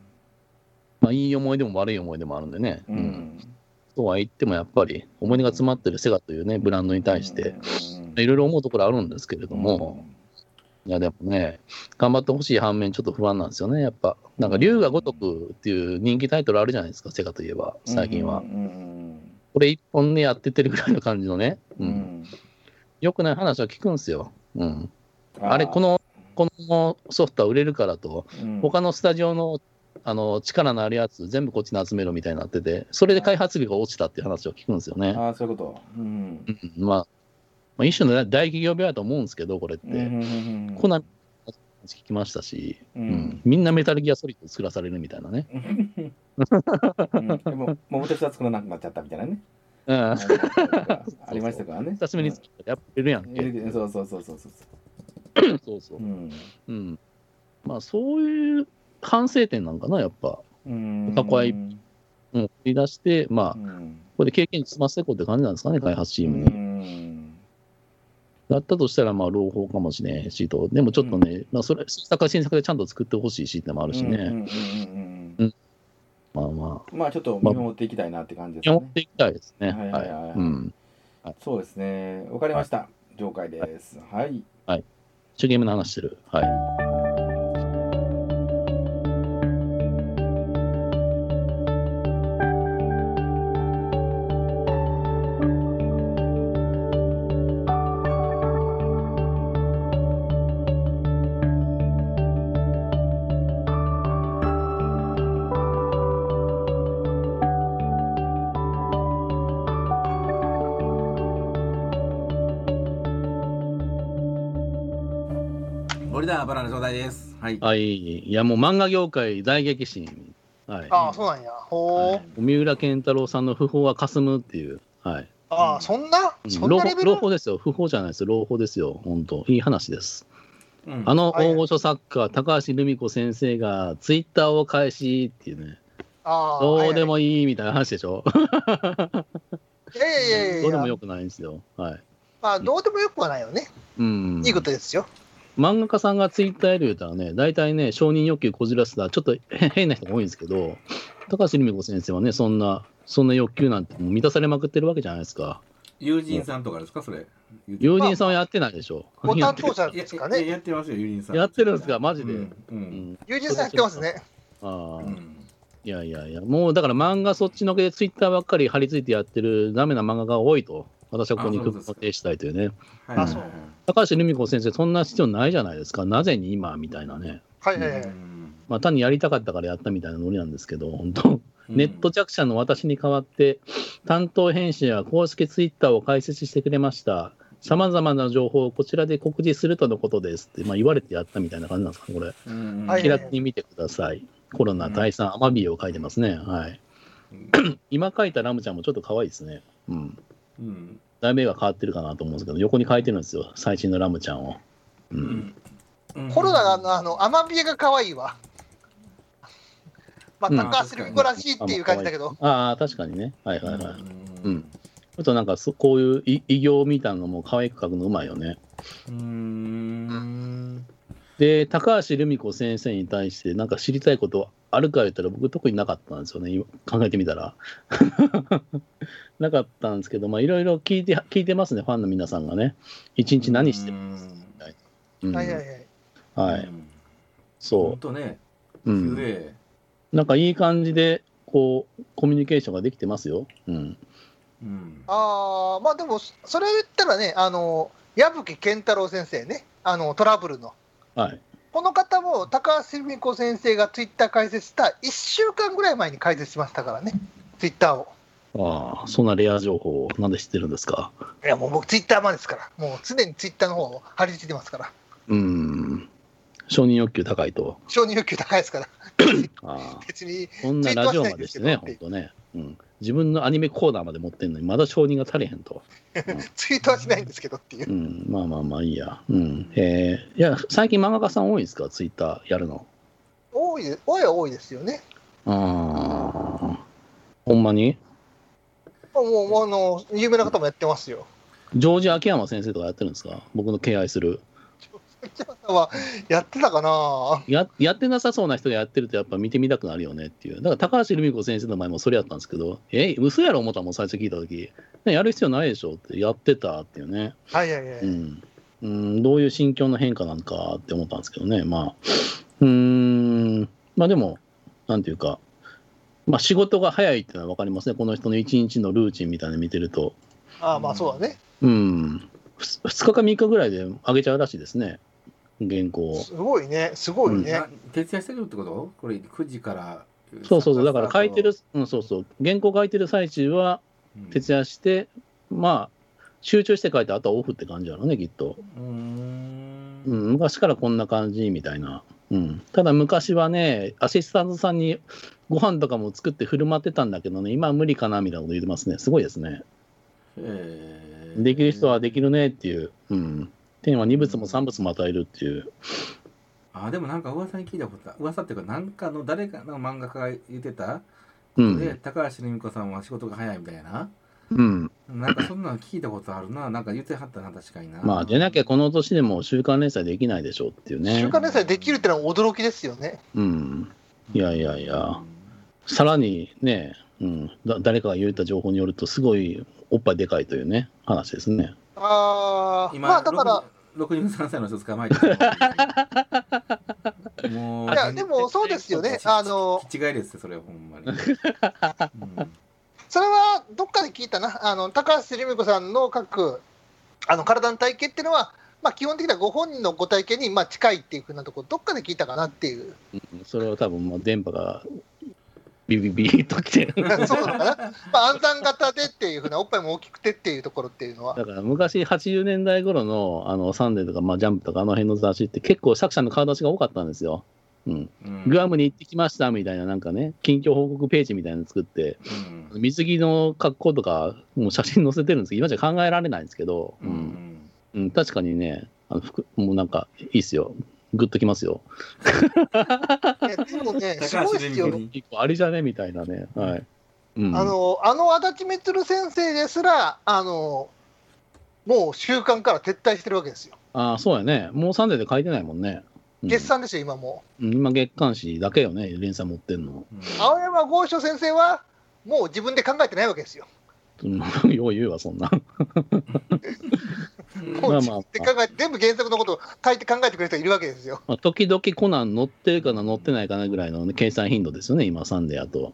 まあ、いい思い出も悪い思い出もあるんでね、
う
うん
ん。
とは言ってもやっぱり、思い出が詰まってるセガというね、ブランドに対して、いろいろ思うところあるんですけれど
うん、
も、いやでもね、頑張ってほしい反面、ちょっと不安なんですよね、やっぱ。なんか、竜が如くっていう人気タイトルあるじゃないですか、セガといえば、最近は
う。ん。
これ一本でやってってるぐらいの感じのね、
う
うん
うん
ん、よくない話は聞くんですよ。うん、
うん
あれ、こ、の、このソフトは売れるからと、他のスタジオのあの力のあるやつ、全部こっちに集めろみたいになってて、それで開発費が落ちたっていう話を聞くんですよね。
ああ、そういうこと。うん。
うんまあ、まあ、一種の大企業病やと思うんですけど、これって。
うん
コナミの話聞きましたし、
う
うん
ん。
みんなメタルギアソリッド作らされるみたいなね。
うんでも、桃鉄は作らなくなっちゃったみたいな ね。
うん、
ありましたからね。
久しぶりに作ったらやっぱ売れるやんけ。
うんそうそうそうそうそう。
そうそう
う。ん。
うん。まあ、そういう反省点なんかな、やっぱ。
うん。
過去は
う
い
ん。
うん、振り出して、まあ、
う
こ
ん
こで経験に積ませていこうって感じなんですかね、開発チームに。だったとしたら、まあ、朗報かもしれへんしと。でもちょっとね、まあ、それ、新作は新作でちゃんと作ってほしいしってのもあるしね。
うんうんうんうん
まあま
うんまあちょっと見守っていきたいなって感じで
あ、
す
や
ね。
っていきたいですね。
は
はいい。
はいはいはい
うん。
そうですね。わかりました。了解です。はい。
一生ゲームの話してる。はい。
森田バナナ状態です。はい。
はい。いや、もう漫画業界大激震。はい。
ああ、そうなんや。ほ
は
う。
三浦健太郎さんの不法は霞むっていう。はい。
ああ、そんな
うん
そんなレベル
朗報ですよ。不法じゃないです。朗報ですよ。本当いい話です。
うん
あの大御所作家、高橋留美子先生がツイッターを開始っていうね、
ああ、
どうでもいいみたいな話でしょ。
いやいやいやいや。
どうでもよくないんですよ。はい。
まあ、どうでもよくはないよね。
うん。
いいことですよ。
漫画家さんがツイッターやる言うたらね、大体ね、承認欲求こじらせたら、ちょっとへ変な人が多いんですけど、高橋留美子先生はね、そんな、そんな欲求なんてもう満たされまくってるわけじゃないですか。
友人さんとかですかそれ。友
友人さんはやってないでしょ。
ご
や
担
って
当者
いや
ですか
い
ね。
ややってますよ、友人さん。
やってるんですか、マジ
う
で。
んう。
うんん
友人さんやってますね。
あ
う
あ、
ん
いやいやいや、もうだから漫画そっちのけでツイッターばっかり張り付いてやってるダメな漫画が多いと、私はここに
あそうですか
固定したいというね。
はいはいはい
あそう
高橋留美子先生、そんな必要ないじゃないですか、なぜに今みたいなね。
はいはいはい。
うん
まあ、単にやりたかったからやったみたいなノリなんですけど、本当、
うん
ネット弱者の私に代わって、担当編集や公式ツイッターを開設してくれました。さまざまな情報をこちらで告示するとのことですって、まあ、言われてやったみたいな感じなんですかね、これ。
うん
はい
気楽に見てください。コロナ退散、アマビエを書いて ますね。はい。今書いたラムちゃんもちょっと可愛いですね。うん。
うん
題名が変わってるかなと思うんですけど、横に書いてるんですよ、最新のラムちゃんを。う、
うんんうん
コロナのあのアマビエが可愛いわ。全くアスリートらしいっていう感じだけど、
ああ、確かにね。はいはいはい。ち
うん
ょっとなんかそ、こういうい異形みたいなのも可愛く描くのうまいよね。
うん
で、高橋留美子先生に対して、なんか知りたいことあるか言ったら、僕、特になかったんですよね、今考えてみたら。 なかったんですけど、まあ、いろいろ聞いて聞いてますね、ファンの皆さんがね。一日何してるうん
はいはいはい、
は
うんほ
い、そ
んとね
う。う
幽
ん、
霊
なんかいい感じで、こう、コミュニケーションができてますよ。うん。
うん
あーまあでも、それ言ったらね、あの矢吹健太郎先生ね、あのトラブルの。
はい。
この方も高橋留美子先生がツイッター解説した1週間ぐらい前に解説しましたからね、ツイッターを。
ああ、そんなレア情報をなんで知ってるんですか。
いや、もう僕、ツイッターマンですから、もう常にツイッターの方を張り付いてますから、
うん。承認欲求高いと。
承認欲求高いですから、
ああ。
別に、
こんなラジオまでしてね、本当ね。うん。自分のアニメコーナーまで持ってんのに、まだ承認が足りへんと。
ツイートはしないんですけどっていう
う。ん。まあまあまあいいや。うん。えー、いや、最近漫画家さん多いんですか、ツイッターやるの。
多い、多いは多いですよね。
ああ。ほんまに
もう、もうあの、有名な方もやってますよ。
ジョージ秋山先生とかやってるんですか僕の敬愛する。
秋山さんはやってたかな
ややってなさそうな人がやってるとやっぱ見てみたくなるよねっていうだから高橋留美子先生の前もそれやったんですけど「え嘘やろ?」思ったもん最初聞いた時「ねやる必要ないでしょ」ってやってたっていうね、
はいはいは
う
い。
ん、うんどういう心境の変化なのかって思ったんですけどねまあうーんまあでもなんていうか、まあ、仕事が早いっていうのは分かりますねこの人の一日のルーチンみたいなの見てると
ああ、まあそうだね。
うん2日か3日ぐらいで上げちゃうらしいですね原稿を。
すごいね、すごいね
な。徹夜してるってことこれ9時から
そうそうそう、だから書いてる、うん、そうそう、原稿書いてる最中は徹
夜
夜して、まあ、集中して書いて、あとはオフって感じだろうね、きっと。
うん
うん、昔からこんな感じみたいな。うん、ただ昔はね、アシスタントさんにご飯とかも作って振る舞ってたんだけどね、今は無理かなみたいなこと言ってますね。すごいですね。
へー
できる人はできるねっていう。うん。天は二物も三物も与えるっていう。
あでもなんか噂に聞いたことあ噂っていうかなんかの誰かの漫画家が言ってた、
う
で
ん。
高橋留美子さんは仕事が早いみたいな
うん。
なんかそんなの聞いたことあるななんか言ってはったな確かにな
まあ、でなきゃこの年でも週刊連載できないでしょうっていうね。
週刊連載できるってのは驚きですよね。
うん。いやいやいやさらにね、うん、だ誰かが言った情報によると、すごいおっぱいでかいというね、話ですね。
ああ、
今、
まあだから、
63歳の人捕ま えてるもう
いや、でもそうですよね。あの、
違いですよそれはほんまに、うん
それはどっかで聞いたな、あの高橋留美子さんの書くあの体の体型っていうのは、まあ、基本的にはご本人のご体型にまあ近いっていうふうなところ、どっかで聞いたかなっていう、
それは多分、まあ、電波がビビビリっときて、
そうなのかな、まあ、暗算型でっていうふうな、おっぱいも大きくてっていうところっていう のは、
だから昔80年代頃のあのサンデーとか、まあ、ジャンプとか、あの辺の雑誌って結構作者の顔出しが多かったんですよ。うん、
うん
グアムに行ってきましたみたいな、なんかね、近況報告ページみたいなの作って、
うん
水着の格好とか、もう写真載せてるんですけど、今じゃ考えられないんですけど、
うんうん
うん、確かにね、あの服もうなんかいいっすよ。グッときますよ。
いやでもね、す
高
ご
橋
いです
留美子
よ、
に
一個ありじゃねみたいなね。はい。うん、
あのあの足立満先生ですら、あのもう習慣から撤退してるわけですよ、
あーそうやね。もうサンデーで書いてないもんね。うん
月産でしょ、今も
うん今月刊誌だけよね、連載持ってんの。
う。青山剛昌先生は、もう自分で考えてないわけですよ、
うんよう言うわ、そんな。
もう自分
うん
で考えて、全部原作のことを書いて考えてくれる人がいるわけですよ。
まあ、時々コナン載ってるかな、載ってないかなぐらいの、ね、計算頻度ですよね、今、サンデーやと。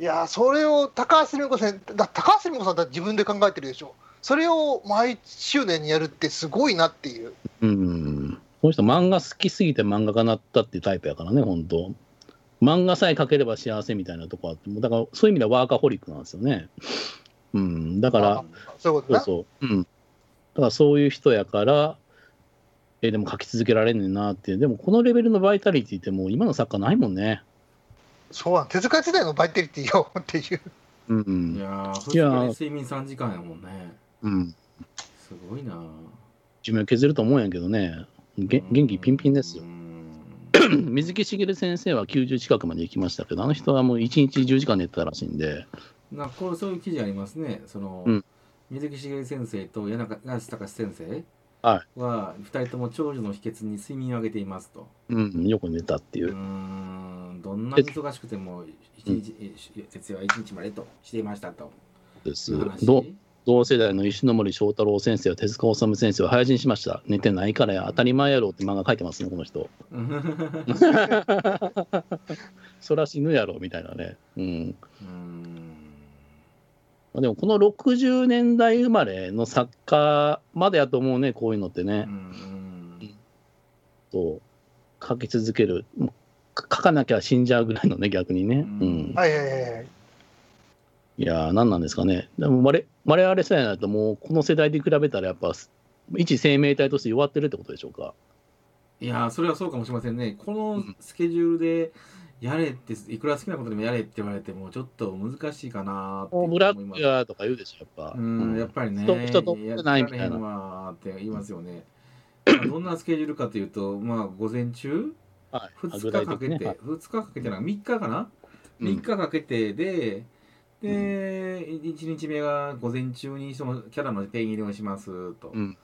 いやーそれを高橋留美子さんだ高橋留美子さんだって自分で考えてるでしょそれを毎周年にやるってすごいなっていう
うん。この人、漫画好きすぎて漫画家なったっていうタイプやからね、本当漫画さえ描ければ幸せみたいなとこあって、もうだからそういう意味ではワーカホリックなんですよね。うん。だから、
あそういうこと
そう
な
そう。うん。だからそういう人やから、え、でも書き続けられんねんなって。でもこのレベルのバイタリティってもう今の作家ないもんね。
そうなん手塚時代のバイタリティよっていう
うんう
い
ん
やー、2
いやー
日で睡眠3時間やもんね。
うん
すごいなー。
寿命削ると思うんやけどねげ元気ピンピンですよ
うん
水木しげる先生は90近くまで行きましたけどあの人はもう1日10時間寝てたらしいんで
なんかこうそういう記事ありますね。その、
うん
水木しげる先生と柳瀬隆先生
は
は2人とも長寿の秘訣に睡眠をあげていますと。
うんよく寝たっていうう
ん、どんなに忙しくても一日、え徹夜は1日までとしていましたと。
です
いう話
ど同世代の石ノ森章太郎先生や手塚治虫先生を廃人しました寝てないからや当たり前やろって漫画書いてますねこの人
うん
そら死ぬやろみたいなねうん
うん
まあでもこの60年代生まれの作家までやと思うねこういうのって
う
ね、
ん
と書き続けるもう書かなきゃ死んじゃうぐらいのね逆にね、うん
うん
はいはいはいはい。
いやー何なんですかねでも我我々世代だともうこの世代で比べたらやっぱ一生命体として弱ってるってことでしょうか
いやーそれはそうかもしれませんね。こ
う
の
ん
スケジュールでやれって、いくら好きなことでもやれって言われても、ちょっと難しいかなーって
もう
思
ブラ
いま
ッ
す
クやとか言うでしょやっぱ
うん、やっぱりね、
人人と思ってないみたいな
やられへんわーって言いますよね。まあどんなスケジュールかというと、まあ、午前中、
はい
2
具
日
体
か
的
け
にね
て、
はい
2日かけてな、3日かな、
うん
3日かけてで、で、1日目が午前中にそのキャラのペン入れをしますと。
うん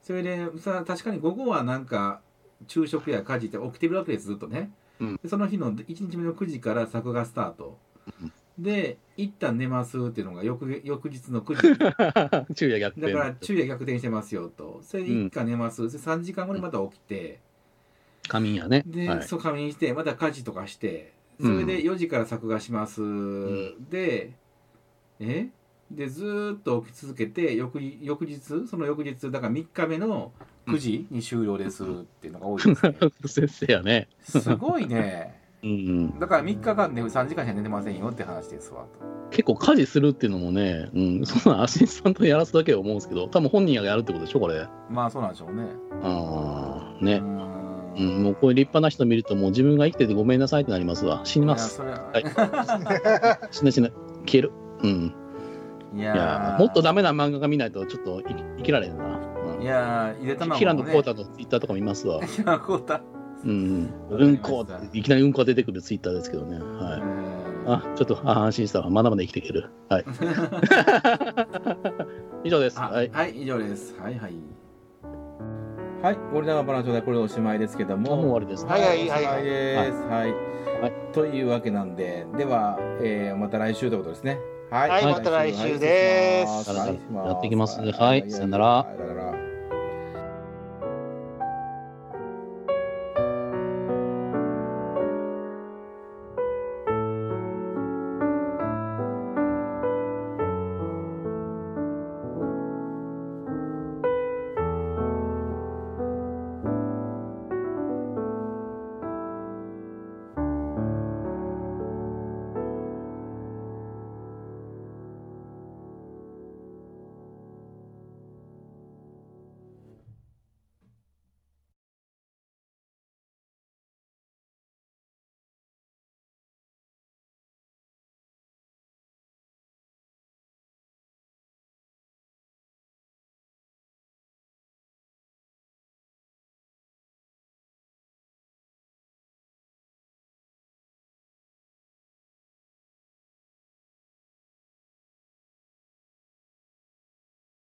それでさ、確かに午後はなんか、昼食や家事って起きてるわけです、ずっとね。
うん
でその日の1日目の9時から作画スタート。で、一旦寝ますっていうのが翌翌日の9時。
昼夜逆
だ
転
から昼夜逆転してますよと。それで一家寝ます。で3時間後にまた起きて、
仮眠やね
で、
はい
そう仮眠して、また家事とかして、それで4時から作画します。
ん
で、えで、ずーっと起き続けて、翌日翌日、その翌日、だから3日目の9時に終了ですっていうのが多いですね。
先生やね
すごいね。
うん
だから3日間で3時間しか寝てませんよって話ですわと。
結構家事するっていうのもね、うん、そんなんアシスタントにやらすだけは思うんですけど、多分本人がやるってことでしょ、これ。
まあそうなんでしょうね。
ああ、
う
ね。
ん
うん、もうこういう立派な人見ると、もう自分が生きててごめんなさいってなりますわ。死にま
いや
す。
それは
はい死な死な。消える。うん。
い
いやーもっとダメな漫画が見ないと、ちょっと生き生きられるな。うん
いやー、ゆで卵もね。
平野浩太のツイッターとか見ますわ。
平野浩太。
うん。
わかり
うん
ました
こっていきなりうんこが出てくるツイッターですけどね。はい。
あ
あ、ちょっと、あ、安心したわ。まだまだ生きていける。はい。 以上です。は
はいい、。以上です。はいはい。はい、ゴリラのバナナちょうだいこれでおしまいですけど
もう終
も。
わりです。
はいはいはい
おしまいです。はい。
はい
というわけなんで、では、えー、また来週ということですね。はい、
はいまた来週です
はい失礼します
やっていきますねはいさよなら
はいさよなら。